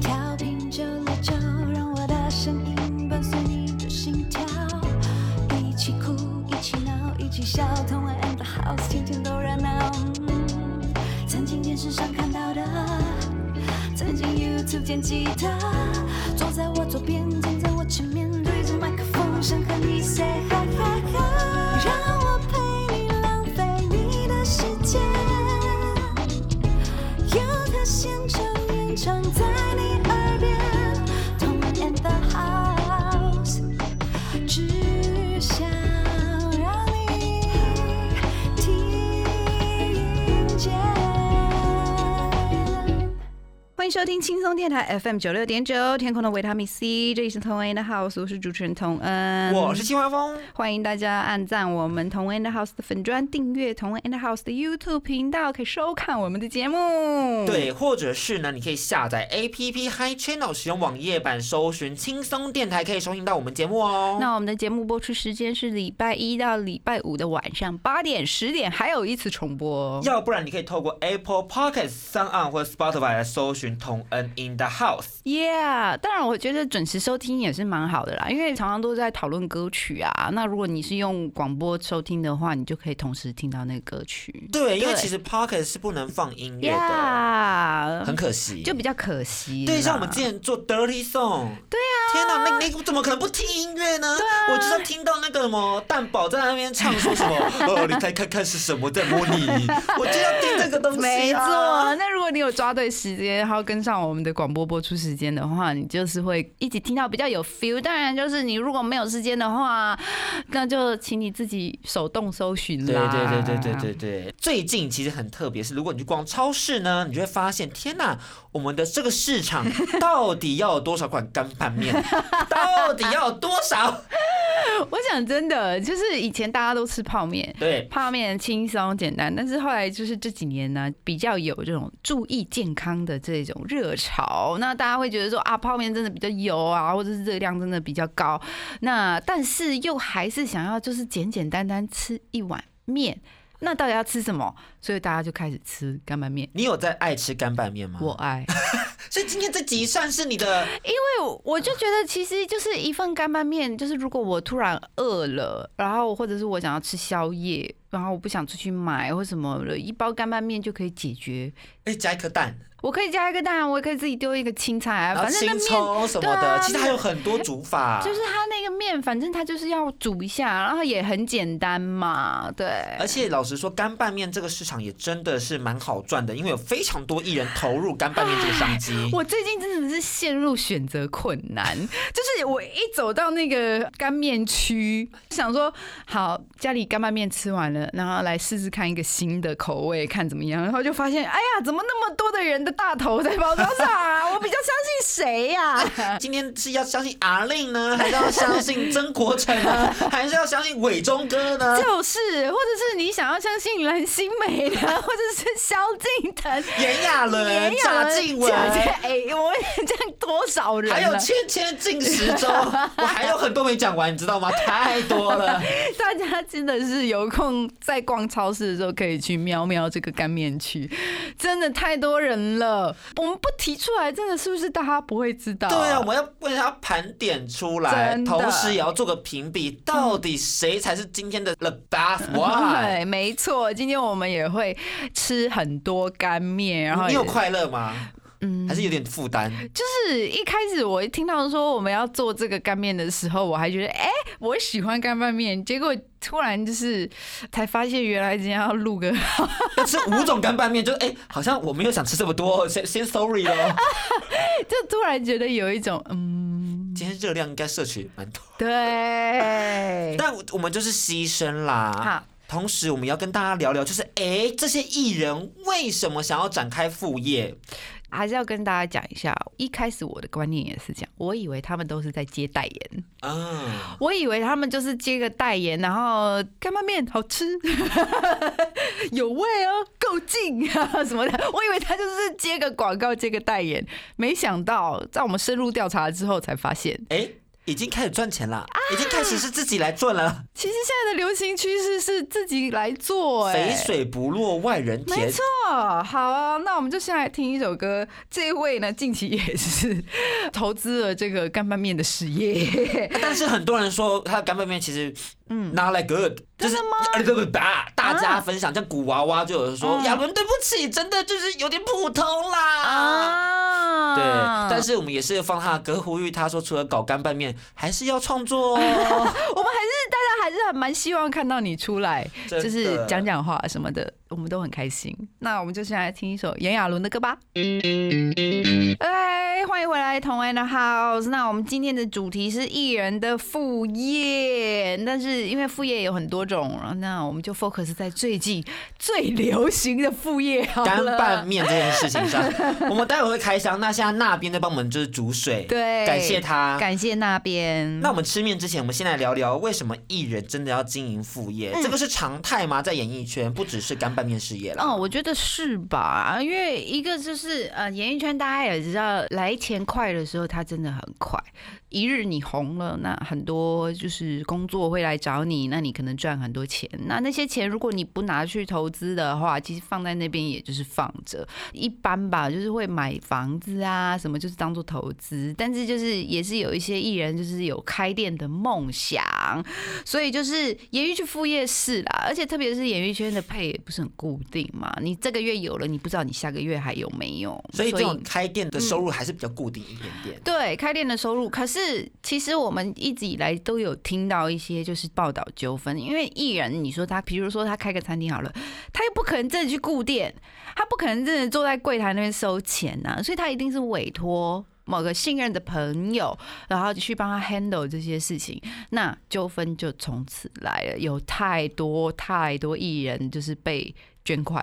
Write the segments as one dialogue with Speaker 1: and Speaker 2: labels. Speaker 1: 调频九六九，让我的声音伴随你的心跳，一起哭，一起闹，一起笑，同玩 and the house，天天都热闹。嗯曾经电视上看到的，曾经 YouTube 见吉他，坐在我左边，站在我前面，对着麦克风，想和你 say hi hi hi，让我陪你浪费你的时间。有他现场演唱在你耳边，同门 and the house，只想让你听见。
Speaker 2: 欢迎收听轻松电台 FM 九六点九，天空的维他命 C，这里是童恩的 House，我是主持人童恩，
Speaker 3: 我是青花风，
Speaker 2: 欢迎大家按赞我们同恩 and House 的粉砖，订阅同恩 and House 的 YouTube 频道，可以收看我们的节目。
Speaker 3: 对，或者是呢，你可以下载 APP Hi Channel，使用网页版搜寻轻松电台，可以收听到我们节目哦。
Speaker 2: 那我们的节目播出时间是礼拜一到礼拜五的晚上八点、十点，还有一次重播。
Speaker 3: 要不然你可以透过 Apple Podcast、s o n 或者 Spotify 来搜寻同恩 in the house。
Speaker 2: Yeah，当然我觉得准时收听也是蛮好的啦，因为常常都在讨论歌曲啊。那如果你是用广播收听的话，你就可以同时听到那个歌曲。
Speaker 3: 对，因为
Speaker 2: 对
Speaker 3: 其实 Podcast 是不能放音乐的，
Speaker 2: ，Yeah，
Speaker 3: 很可惜。
Speaker 2: 就比较可惜啦。
Speaker 3: 对，像我们之前做 Dirty Song，对啊，天哪，那那个怎么可能不听音乐呢？
Speaker 2: 啊
Speaker 3: 我就是要听到那个什么蛋宝在那边唱说 什么，哦，你再看看是什么在摸你，我就要听这个东西、啊。
Speaker 2: 没错，那如果你有抓对时间，然后跟上我们的广播播出时间的话，你就是会一起听到比较有 feel。当然，就是你如果没有时间的话，那就请你自己手动搜寻
Speaker 3: 对
Speaker 2: 啦。
Speaker 3: 对对对对对对，最近其实很特别，是如果你去逛超市呢，你就会发现，天哪，我们的这个市场到底要有多少款干拌面？到底要有多少？
Speaker 2: 我想真的就是以前大家都吃泡面。
Speaker 3: 对，
Speaker 2: 泡面轻松简单，但是后来就是这几年呢，比较有这种注意健康的这种热潮。那大家会觉得说啊，泡面真的比较油啊，或者是热量真的比较高。那但是又还是想要就是简简单单吃一碗面。那到底要吃什么？所以大家就开始吃干拌面。
Speaker 3: 你有在爱吃干拌面吗？
Speaker 2: 我，爱，
Speaker 3: 所以今天这集算是你的
Speaker 2: 因为我就觉得其实就是一份干拌面，就是如果我突然饿了，然后或者是我想要吃宵夜，然后我不想出去买或什么了，一包干拌面就可以解决
Speaker 3: 哎、加一颗蛋，
Speaker 2: 我可以加一个蛋，我也可以自己丢一个青菜啊，
Speaker 3: 然后
Speaker 2: 反正那
Speaker 3: 青
Speaker 2: 面。
Speaker 3: 葱什么
Speaker 2: 对
Speaker 3: 的，
Speaker 2: 啊
Speaker 3: 其实还有很多煮法。
Speaker 2: 就是它那个面，反正它就是要煮一下，然后也很简单嘛，对。
Speaker 3: 而且老实说，干拌面这个市场也真的是蛮好赚的，因为有非常多艺人投入干拌面这个商机。
Speaker 2: 我最近真的是陷入选择困难， 就是我一走到那个干面区，想说好家里干拌面吃完了，然后来试试看一个新的口味，看怎么样，然后就发现，哎呀，怎么那么多的人的大头在包装上啊？我比较相信谁啊呀、
Speaker 3: 今天是要相信阿令呢，还是要相信曾国成呢， 还是要相信伟忠哥呢？
Speaker 2: 就是，或者是你想要相信蓝心湄的，或者是萧敬腾、
Speaker 3: 炎亚纶、
Speaker 2: 炎亚
Speaker 3: 贾
Speaker 2: 纶
Speaker 3: 静雯，
Speaker 2: 贾呃静 哎、我这样多少人、啊？
Speaker 3: 还有芊芊、进食 中，我还有很多没讲完，你知道吗？太多 了。
Speaker 2: 大家真的是有空在逛超市的时候，可以去瞄瞄这个干面区，真的太多人了。我们不提出来，真的是不是大家不会知道、
Speaker 3: 对啊，我要为他盘点出来，
Speaker 2: 真的
Speaker 3: 同时也要做个评比，到底谁才是今天的 the best one？
Speaker 2: 对，没错，今天我们也会吃很多干面，然后
Speaker 3: 你
Speaker 2: 也
Speaker 3: 有快乐吗？嗯，还是有点负担。
Speaker 2: 就是一开始我一听到说我们要做这个干面的时候，我还觉得哎、诶我喜欢干拌面。结果突然就是才发现，原来今天要录个，
Speaker 3: 要吃五种干拌面，就哎、好像我没有想吃这么多，先先 sorry 咯。
Speaker 2: 就突然觉得有一种嗯，
Speaker 3: 今天热量应该摄取蛮多。
Speaker 2: 对，
Speaker 3: 但我们就是牺牲啦
Speaker 2: 好。
Speaker 3: 同时，我们要跟大家聊聊，就是诶，这些艺人为什么想要展开副业？
Speaker 2: 还是要跟大家讲一下。一开始我的观念也是这样，我以为他们都是在接代言，
Speaker 3: 啊，
Speaker 2: 我以为他们就是接个代言，然后干拌面好吃， 有味哦，够劲 啊什么的。我以为他就是接个广告，接个代言，没想到在我们深入调查之后才发现，
Speaker 3: 诶，已经开始赚钱
Speaker 2: 啊
Speaker 3: 了，已经开始是自己来赚了，
Speaker 2: 其实现在的流行趋势是自己来做、哎，
Speaker 3: 肥水不落外人
Speaker 2: 没
Speaker 3: 田。
Speaker 2: 错，好啊，那我们就先来听一首歌。这一位呢，近期也是投资了这个干拌面的事业，
Speaker 3: 但是很多人说他的干拌面其实，嗯，not like good，就是呃对不对吧？大家分享，像古娃娃就有人说，
Speaker 2: 啊嗯
Speaker 3: 亚伦对不起，真的就是有点普通啦。
Speaker 2: 啊
Speaker 3: 对，但是我们也是放他的歌，呼吁他说，除了搞干拌面，还是要创作
Speaker 2: 我
Speaker 3: 哦。
Speaker 2: 们还是大家还是还蛮希望看到你出来，
Speaker 3: 真的
Speaker 2: 就是讲讲话什么的，我们都很开心。那我们就先来听一首炎亚纶的歌吧。哎，欢迎回来，同安的 house。那我们今天的主题是艺人的副业，但是因为副业有很多种，那我们就 focus 在最近最流行的副业 好了
Speaker 3: 干拌面这件事情 上，我们待会会开箱。那现在那边在帮我们就是煮水，
Speaker 2: 对
Speaker 3: 感谢他。
Speaker 2: 感谢那边。
Speaker 3: 那我们吃面之前，我们先来聊聊为什么艺人真的要经营副业，
Speaker 2: 嗯
Speaker 3: 这个是常态吗？在演艺圈，不只是干拌面事业了。
Speaker 2: 哦，我觉得是吧？因为一个就是呃，演艺圈大家也知道，来钱快的时候，它真的很快。一日你红了，那很多就是工作会来找你，那你可能赚很多钱。那那些钱如果你不拿去投资的话，其实放在那边也就是放着，一般吧，就是会买房子啊什么，就是当做投资。但是就是也是有一些艺人就是有开店的梦想，所以就是演艺圈副业是啦，而且特别是演艺圈的配也不是很固定嘛，你这个月有了，你不知道你下个月还有没有，
Speaker 3: 所以这种开店
Speaker 2: 嗯
Speaker 3: 的收入还是比较固定一点点。
Speaker 2: 对开店的收入，可是其实我们一直以来都有听到一些就是报道纠纷，因为艺人你说他，比如说他开个餐厅好了，他又不可能真的去顾店，他不可能真的坐在柜台那边收钱呐、所以他一定是委托。某个信任的朋友，然后去帮他 handle 这些事情，那纠纷就从此来了。有太多太多艺人就是被捐款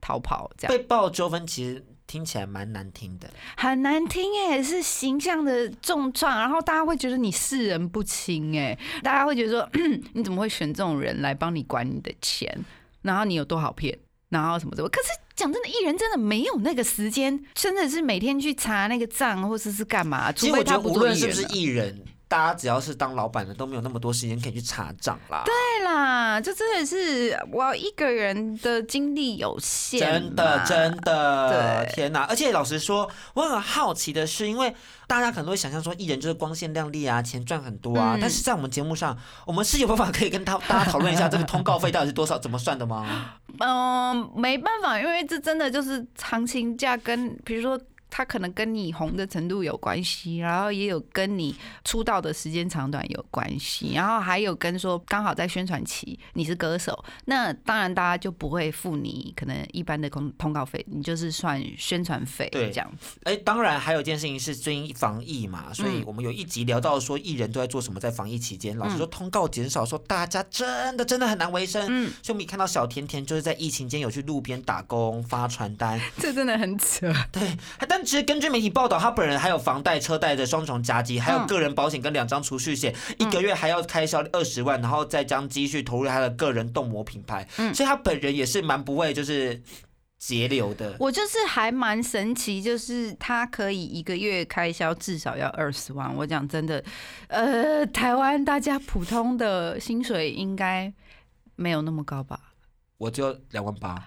Speaker 2: 逃跑这样。
Speaker 3: 被爆纠纷其实听起来蛮难听的，
Speaker 2: 很难听哎，是形象的重创，然后大家会觉得你视人不清哎，大家会觉得说 你怎么会选这种人来帮你管你的钱，然后你有多好骗，然后什么什么。可是讲真的，艺人真的没有那个时间，真的是每天去查那个账或者是干嘛，除
Speaker 3: 其实
Speaker 2: 非
Speaker 3: 我觉
Speaker 2: 他
Speaker 3: 得
Speaker 2: 不
Speaker 3: 无
Speaker 2: 做
Speaker 3: 论
Speaker 2: 艺
Speaker 3: 是不
Speaker 2: 人
Speaker 3: 是
Speaker 2: 了。
Speaker 3: 艺人，大家只要是当老板的都没有那么多时间可以去查账啦。
Speaker 2: 对啦，这真的是我一个人的精力有限啊嘛，
Speaker 3: 真的，真的，
Speaker 2: 对
Speaker 3: 天哪！而且老实说，我很好奇的是，因为大家可能会想象说，艺人就是光鲜亮丽啊，钱赚很多啊。
Speaker 2: 嗯
Speaker 3: 但是在我们节目上，我们是有办法可以跟他大家讨论一下这个通告费到底是多少，怎么算的 吗？
Speaker 2: 嗯，没办法，因为这真的就是行情价跟，比如说。它可能跟你红的程度有关系，然后也有跟你出道的时间长短有关系，然后还有跟说刚好在宣传期你是歌手，那当然大家就不会付你可能一般的通通告费，你就是算宣传费
Speaker 3: 对
Speaker 2: 这样子。
Speaker 3: 哎，当然还有一件事情是最近防疫嘛，所以我们有一集聊到说艺人都在做什么，在防疫期间，老实说通告减少，说大家真的真的很难为生。
Speaker 2: 嗯
Speaker 3: 所以我们也看到小甜甜就是在疫情间有去路边打工发传单，
Speaker 2: 这真的很扯。
Speaker 3: 对，但其实根据媒体报道，他本人还有房贷、车贷的双重夹击，还有
Speaker 2: 嗯
Speaker 3: 个人保险跟两张储蓄险，一个月还要开销二十万，然后再将积蓄投入他的个人动模品牌，
Speaker 2: 嗯
Speaker 3: 所以他本人也是蛮不畏就是节流的。
Speaker 2: 我就是还蛮神奇，就是他可以一个月开销至少要二十万。我讲真的，呃，台湾大家普通的薪水应该没有那么高吧？
Speaker 3: 我只有两万 八，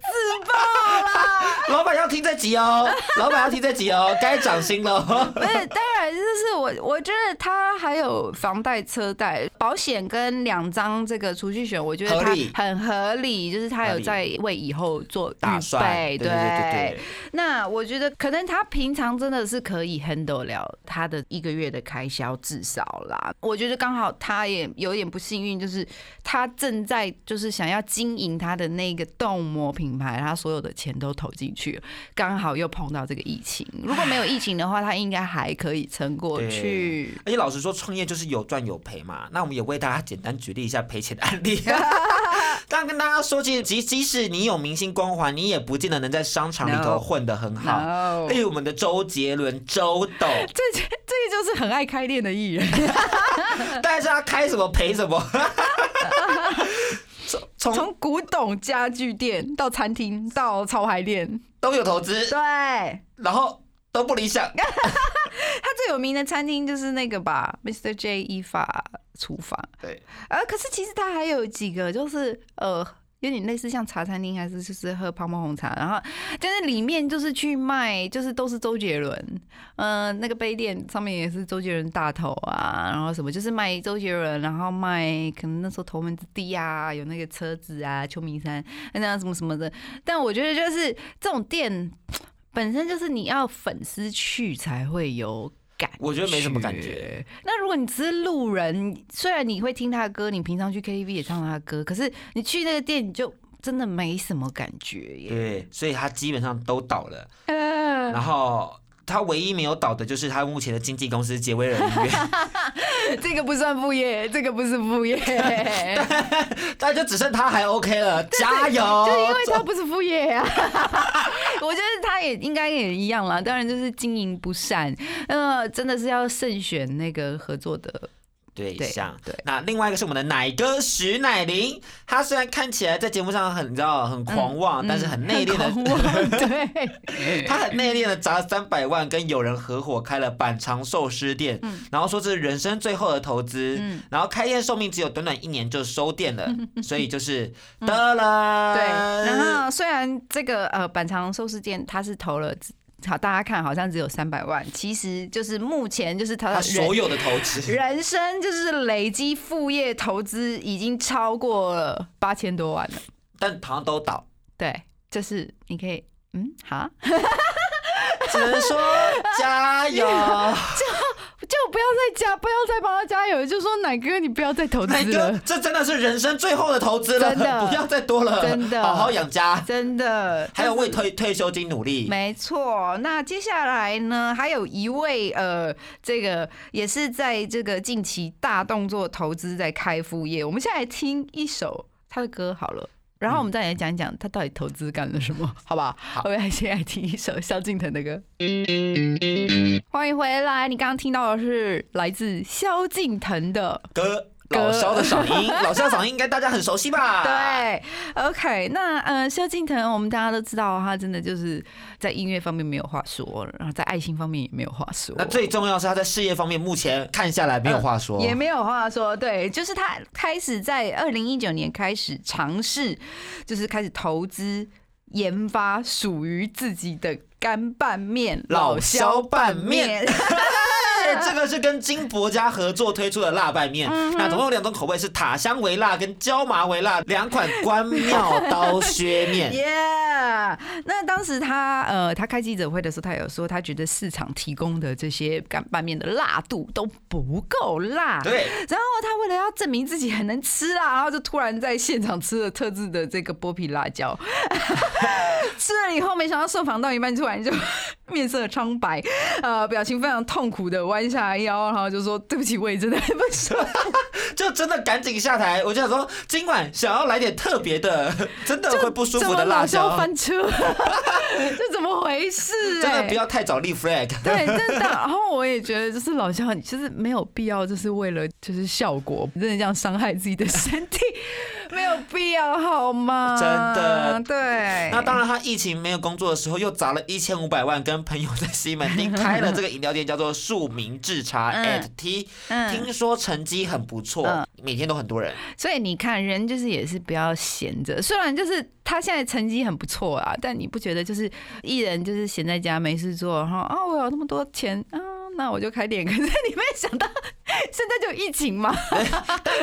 Speaker 2: 自爆啦！
Speaker 3: 老板要听这集哦，老板要听这集哦，该涨薪了 哦。
Speaker 2: 不是，当然就是我，我觉得他还有房贷、车贷、保险跟两张这个储蓄险，我觉得
Speaker 3: 合
Speaker 2: 他
Speaker 3: 理
Speaker 2: 很合理，就是他有在为以后做
Speaker 3: 打
Speaker 2: 预
Speaker 3: 算，
Speaker 2: 备，
Speaker 3: 对对对对对，
Speaker 2: 那我觉得可能他平常真的是可以 handle 了他的一个月的开销，至少啦。我觉得刚好他也有点不幸运，就是他正在就是想要经营他的那个动模品牌，他所有的钱都投进去了，刚好又碰到这个疫情。如果没有疫情的话，他应该还可以撑过去。
Speaker 3: 而且老实说，创业就是有赚有赔嘛。那我们也为大家简单举例一下赔钱的 案例。但跟大家说，其实即即使你有明星光环，你也不见得能在商场里头
Speaker 2: No
Speaker 3: 混得很好。哎
Speaker 2: 好
Speaker 3: 例如我们的周杰伦、周 董，
Speaker 2: 这这个就是很爱开店的艺人，
Speaker 3: 但是他开什么赔什么。 从从
Speaker 2: 从古董家具店到餐厅到潮牌店，
Speaker 3: 都有投资，
Speaker 2: 对。
Speaker 3: 然后都不理想。
Speaker 2: 他最有名的餐厅就是那个吧，Mr. J 一法厨房。
Speaker 3: 对，
Speaker 2: 呃，可是其实它还有几个，就是呃，有点类似像茶餐厅，还是就是喝泡沫红茶，然后但是里面就是去卖，就是都是周杰伦，嗯，那个杯垫上面也是周杰伦大头啊，然后什么就是卖周杰伦，然后卖可能那时候头文字 D 啊，有那个车子啊，秋名山那样什么什么的，但我觉得就是这种店本身就是你要粉丝去才会有。感
Speaker 3: 我觉得没什么感觉。
Speaker 2: 那如果你只是路人，虽然你会听他的歌，你平常去 KTV 也唱他的歌，可是你去那个店你就真的没什么感觉耶。
Speaker 3: 对，所以他基本上都倒了。
Speaker 2: 呃
Speaker 3: 然后他唯一没有倒的就是他目前的经纪公司杰威尔音 乐，
Speaker 2: 这个不算副业，这个不是副 业，就
Speaker 3: 但就只剩他还 OK 了，加油！
Speaker 2: 因为他不是副业啊。哦 我觉得他也应该也一样啦，当然就是经营不善，呃，真的是要慎选那个合作的。
Speaker 3: 对
Speaker 2: 对
Speaker 3: 象。
Speaker 2: 对
Speaker 3: 那另外一个是我们的奶哥徐乃麟，他虽然看起来在节目上很你知道很狂妄，但是很内敛
Speaker 2: 嗯狂
Speaker 3: 的。
Speaker 2: 妄 对，
Speaker 3: 他很内敛的砸三百万，跟友人合伙开了板肠寿司店，
Speaker 2: 嗯
Speaker 3: 然后说这是人生最后的投资，然后开业寿命只有短短一年就收店 了，所以就是得
Speaker 2: 嗯
Speaker 3: 了。
Speaker 2: 对，然后虽然这个呃板长寿司店它是投了只。好，大家看，好像只有三百万，其实就是目前就是他
Speaker 3: 他
Speaker 2: 的
Speaker 3: 所
Speaker 2: 人
Speaker 3: 有的投资，
Speaker 2: 人生就是累积副业投资已经超过了八千多万了。
Speaker 3: 但好像都倒。
Speaker 2: 对，就是你可以，嗯，好，
Speaker 3: 只能说 加油。
Speaker 2: 就不要再加，不要再帮他加油，就说奶哥你不要再投
Speaker 3: 那
Speaker 2: 资
Speaker 3: 个
Speaker 2: 了，，
Speaker 3: 这真的是人生最后的投资了，
Speaker 2: 真的
Speaker 3: 不要再多了，
Speaker 2: 真的
Speaker 3: 好好养家，
Speaker 2: 真的。
Speaker 3: 还有为退退休金努力。
Speaker 2: 没错，那接下来呢，还有一位呃，这个也是在这个近期大动作投资在开副业。我们现在来听一首他的歌好了，然后我们再来讲一讲他到底投资干了什么，好不好？ 我们来先来听一首萧敬腾的歌。欢迎回来，你刚刚听到的是来自萧敬腾的
Speaker 3: 哥，
Speaker 2: 哥
Speaker 3: 老萧的 嗓音，老萧的嗓音应该大家很熟悉吧？。啊
Speaker 2: 对，OK，那呃，萧敬腾，我们大家都知道，他真的就是在音乐方面没有话说，然后在爱情方面也没有话说。
Speaker 3: 那最重要是他在事业方面，目前看下来没有话说，
Speaker 2: 也没有话说，对，就是他开始在二零一九年开始尝试，就是开始投资研发属于自己的干拌面
Speaker 3: 老萧拌面
Speaker 2: 面，
Speaker 3: 哎这个是跟金伯家合作推出的辣拌面，
Speaker 2: 嗯
Speaker 3: 那总共有两种口味，是塔香为辣跟椒麻为辣两款关庙刀削 面。
Speaker 2: Yeah，那当时他呃，他开记者会的时候，他有说他觉得市场提供的这些干拌面的辣度都不够辣。
Speaker 3: 对。
Speaker 2: 然后他为了要证明自己很能吃辣，然后就突然在现场吃了特制的这个剥皮辣椒， 吃了以后，没想到受访到一半，突然就 面色苍白，呃，表情非常痛苦的弯下腰，然后就说：“对不起，我也真的很不舒服。”
Speaker 3: 就真的赶紧下台。我就想说，今晚想要来点特别的， 真的会不 舒服的辣
Speaker 2: 怎么老
Speaker 3: 椒
Speaker 2: 萧，翻车， 这怎么回事、欸？
Speaker 3: 真的不要太早立 flag。
Speaker 2: 对，真的。然后我也觉得，就是老肖，你就是没有必要，就是为了就是效果，真的这样伤害自己的身体，没有必要，好吗？
Speaker 3: 真的
Speaker 2: 对。
Speaker 3: 那当然，他疫情没有工作的时候，又砸了一千五百万，跟朋友在西门町开了这个饮料店，叫做庶民制茶
Speaker 2: 嗯
Speaker 3: at T。
Speaker 2: 嗯
Speaker 3: 听说成绩很不错
Speaker 2: 嗯，
Speaker 3: 每天都很多人。
Speaker 2: 所以你看，人就是也是不要闲着。虽然就是他现在成绩很不错啊，但你不觉得就是艺人就是闲在家没事做，然后啊我有那么多钱啊，那我就开店。可是你没想到现在就疫情嘛，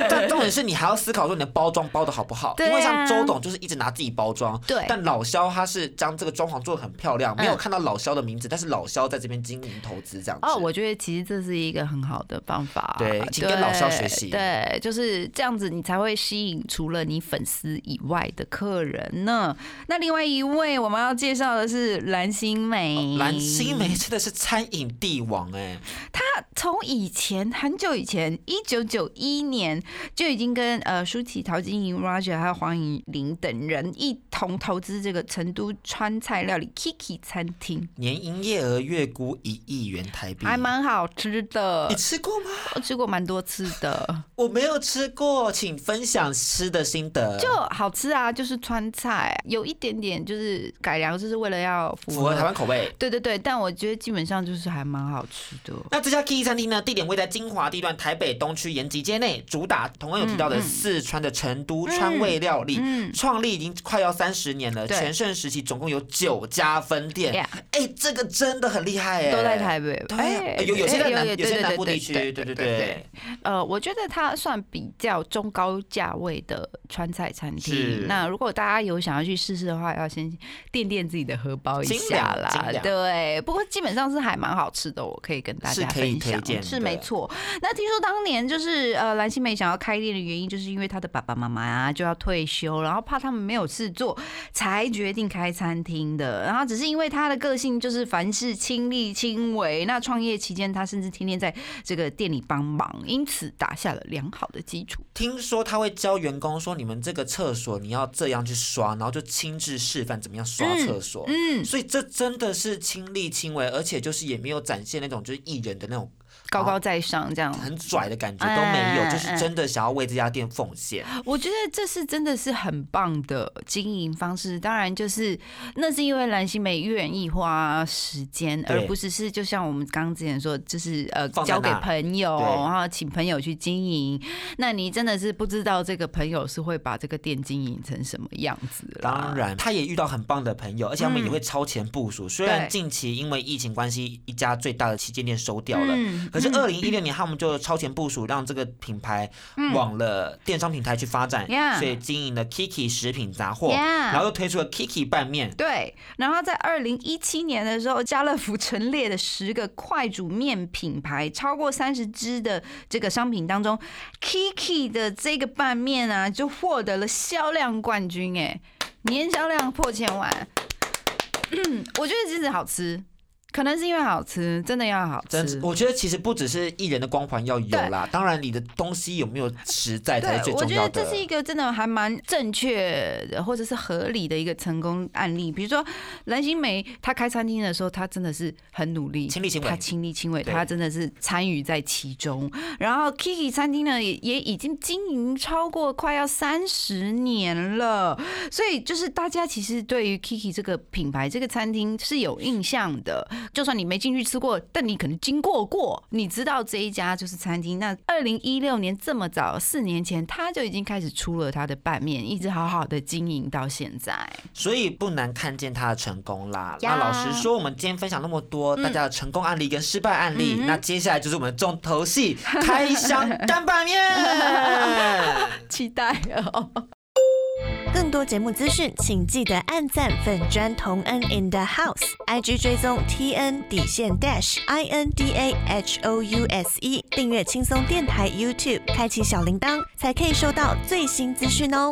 Speaker 3: 但重点是你还要思考说你的包装包的好不好，
Speaker 2: 对啊
Speaker 3: 因为像周董就是一直拿自己包装，
Speaker 2: 对
Speaker 3: 但老肖他是将这个装潢做的很漂亮，没有
Speaker 2: 嗯
Speaker 3: 看到老肖的名字，但是老肖在这边经营投资这样子。
Speaker 2: 哦，我觉得其实这是一个很好的办法，
Speaker 3: 对请跟老肖学习
Speaker 2: 对，就是这样子，你才会吸引除了你粉丝以外的客人呢。那另外一位我们要介绍的是蓝心湄，
Speaker 3: 哦蓝心湄真的是餐饮帝王哎、
Speaker 2: 她从以前很久以前，一九九一年就已经跟呃舒淇、陶晶莹、Roger 还有黄以玲等人一同投资这个成都川菜料理 Kiki 餐厅，
Speaker 3: 年营业额月估一亿元台币，
Speaker 2: 还蛮好吃的
Speaker 3: 你，吃过吗？
Speaker 2: 我吃过蛮多次的。
Speaker 3: 我没有吃过，请分享吃的心得。
Speaker 2: 就好吃啊，就是川菜，有一点点就是改良，就是为了要符
Speaker 3: 符合台湾口味，
Speaker 2: 对对对，但我觉得基本上就是还蛮好吃的。
Speaker 3: 那这家 K 餐厅呢，地点位在金华地段台北东区延吉街内，主打同样有提到的四川的成都川味料理，
Speaker 2: 嗯
Speaker 3: 创立已经快要三十年了，
Speaker 2: 对
Speaker 3: 全盛时期总共有九家分店。
Speaker 2: Yeah
Speaker 3: 哎、这个真的很厉害哎、
Speaker 2: 嗯都在台北，
Speaker 3: 对啊呃有有些在
Speaker 2: 哎
Speaker 3: 南
Speaker 2: 有
Speaker 3: 有些在南部地区对对对
Speaker 2: 呃，我觉得它算比较中高价位的川菜餐
Speaker 3: 是
Speaker 2: 厅。那如果大家有想要去试试的话，要先垫垫自己的荷包一
Speaker 3: 精
Speaker 2: 下
Speaker 3: 良
Speaker 2: 啦
Speaker 3: 精。良
Speaker 2: 对，不过基本上是还蛮好吃的，我可以跟大
Speaker 3: 是
Speaker 2: 家
Speaker 3: 可以
Speaker 2: 分
Speaker 3: 推荐
Speaker 2: 享，是没
Speaker 3: 的
Speaker 2: 错。那听说当年就是呃，蓝心湄想要开店的原因，就是因为她的爸爸妈妈啊就要退休，然后怕他们没有事做，才决定开餐厅的。然后只是因为她的个性就是凡事亲力亲为，那创业期间她甚至天天在这个店里帮忙，因此打下了良好的基础。
Speaker 3: 听说他会教员工说，你们这个厕所你要这样去刷，然后就亲自示范怎么样刷厕所。
Speaker 2: 嗯，
Speaker 3: 所以这真的是亲力亲为，而且就是也没有展现那种就是艺人的那种
Speaker 2: 高高在上这样，
Speaker 3: 很拽的感觉都没有，
Speaker 2: 嗯
Speaker 3: 就是真的想要为这家店奉献。
Speaker 2: 我觉得这是真的是很棒的经营方式。当然，就是那是因为蓝心湄愿意花时间，
Speaker 3: 对
Speaker 2: 而不只是就像我们刚刚之前说，就是呃
Speaker 3: 放在
Speaker 2: 交给
Speaker 3: 那
Speaker 2: 朋友，
Speaker 3: 对
Speaker 2: 然后请朋友去经营。那你真的是不知道这个朋友是会把这个店经营成什么样子啦
Speaker 3: 当，然，他也遇到很棒的朋友，而且他们也会超前部署。虽然
Speaker 2: 嗯对
Speaker 3: 近期因为疫情关系，一家最大的旗舰店收掉了。
Speaker 2: 嗯
Speaker 3: 可是
Speaker 2: 嗯
Speaker 3: 二零一六年，他们就超前部署，让这个品牌往了电商平台去发展，
Speaker 2: 嗯 Yeah
Speaker 3: 所以经营了 Kiki 食品杂货
Speaker 2: Yeah
Speaker 3: 然后又推出了 Kiki 拌面，
Speaker 2: 对，然后在二零一七年的时候，家乐福陈列的十个快煮面品牌，超过三十支的这个商品当中，Kiki 的这个拌面啊，就获得了销量冠军，哎，年销量破千万。嗯，我觉得真的好吃，可能是因为好吃，真的要好吃。
Speaker 3: 真，我觉得其实不只是艺人的光环要有啦，当然你的东西有没有实在才是最
Speaker 2: 我
Speaker 3: 重
Speaker 2: 觉
Speaker 3: 要
Speaker 2: 得
Speaker 3: 的
Speaker 2: 这。是一个真的还蛮正确的或者是合理的一个成功案例。比如说蓝心湄，她开餐厅的时候，她真的是很努力，
Speaker 3: 亲力亲为
Speaker 2: 她亲力亲为，
Speaker 3: 对
Speaker 2: 她真的是参与在其中。然后 Kiki 餐厅呢，也也已经经营超过快要三十年了，所以就是大家其实对于 Kiki 这个品牌、这个餐厅是有印象的。就算你没进去吃过，但你可能经过过，你知道这一家就是餐厅。那二零一六年这么早，四年前他就已经开始出了他的拌面，一直好好的经营到现在。
Speaker 3: 所以不难看见他的成功啦。
Speaker 2: 呀
Speaker 3: 那老实说，我们今天分享那么多大家的成功案例跟失败案
Speaker 2: 嗯
Speaker 3: 例，那接下来就是我们的重头戏——开箱干 拌面。
Speaker 2: 期待哦！
Speaker 4: 更多节目资讯，请记得按赞粉砖同恩 in the house，IG 追踪 T N 底线 dash I N D A H O U S E，订阅轻松电台 YouTube，开启小铃铛，才可以收到最新资讯哦。